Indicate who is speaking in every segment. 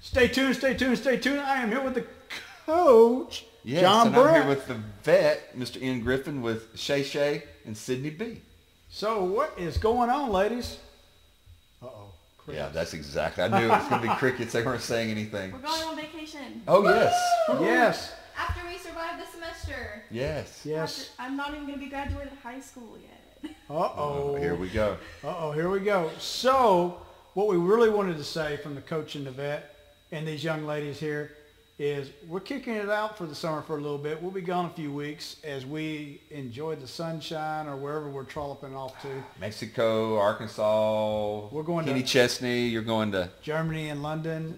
Speaker 1: Stay tuned, stay tuned, stay tuned. I am here with the coach,
Speaker 2: Yes,
Speaker 1: John
Speaker 2: and I'm
Speaker 1: Burke.
Speaker 2: here with the vet, Mr. Ian Griffin, with Shay Shay and Sydney B.
Speaker 1: so what is going on, ladies? Uh-oh. Chris.
Speaker 2: Yeah, that's exactly. I knew it was going to be crickets. They weren't saying anything.
Speaker 3: We're going on vacation.
Speaker 2: Oh yes,
Speaker 1: Yes,
Speaker 3: After we survive the semester.
Speaker 2: yes.
Speaker 1: yes.
Speaker 3: After- I'm not even going to be graduated high school yet.
Speaker 1: Uh-oh.
Speaker 2: Oh, Uh, Here we go.
Speaker 1: Uh-oh, here we go. So, what we really wanted to say from the coach and the vet and these young ladies here is we're kicking it out for the summer for a little bit. We'll be gone a few weeks as we enjoy the sunshine or wherever we're trolloping off to.
Speaker 2: Mexico, Arkansas.
Speaker 1: We're going to-
Speaker 2: Kenny Chesney. You're going to.
Speaker 1: Germany and London.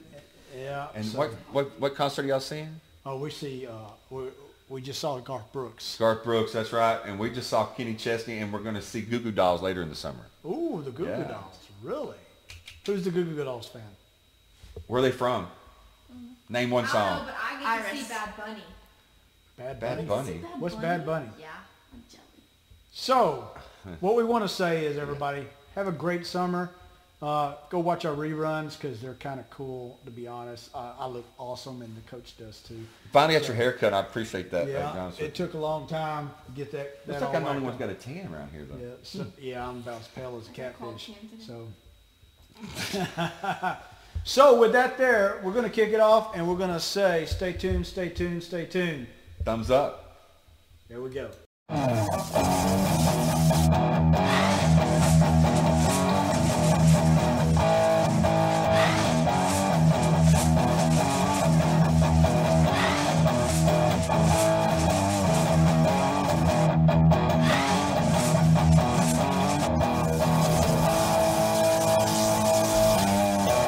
Speaker 1: Yeah.
Speaker 2: And
Speaker 1: so-
Speaker 2: what what what concert are y'all seeing?
Speaker 1: Oh, we see. Uh, we we just saw Garth Brooks.
Speaker 2: Garth Brooks. That's right. And we just saw Kenny Chesney, and we're going to see Goo Goo Dolls later in the summer.
Speaker 1: Ooh, the Goo Goo
Speaker 2: Yeah.
Speaker 1: Dolls. Really? Who's the Goo Goo Dolls fan?
Speaker 2: Where are they from? Name one
Speaker 4: Mm. I don't know,
Speaker 2: song.
Speaker 4: but I get to
Speaker 3: Iris.
Speaker 4: see Bad Bunny.
Speaker 1: Bad Bunny.
Speaker 2: Bad Bunny.
Speaker 1: What's Bad Bunny?
Speaker 4: Yeah, I'm jealous.
Speaker 1: So, what we want to say is, everybody, have a great summer. Uh, go watch our reruns because they're kind of cool. To be honest, uh, I look awesome, and the coach does too.
Speaker 2: Finally got your haircut. I appreciate that. I'll be
Speaker 1: Yeah,
Speaker 2: honest with
Speaker 1: it took a long time to get that.
Speaker 2: you.
Speaker 1: that
Speaker 2: Looks like
Speaker 1: all
Speaker 2: I'm the only
Speaker 1: lined
Speaker 2: one who's
Speaker 1: up.
Speaker 2: got a tan around here, though.
Speaker 1: Yeah, so, yeah, I'm about as pale as a
Speaker 4: I got a cold
Speaker 1: catfish.
Speaker 4: chin today.
Speaker 1: So, so with that, there, we're gonna kick it off, and we're gonna say, stay tuned, stay tuned, stay tuned.
Speaker 2: Thumbs up.
Speaker 1: There we go.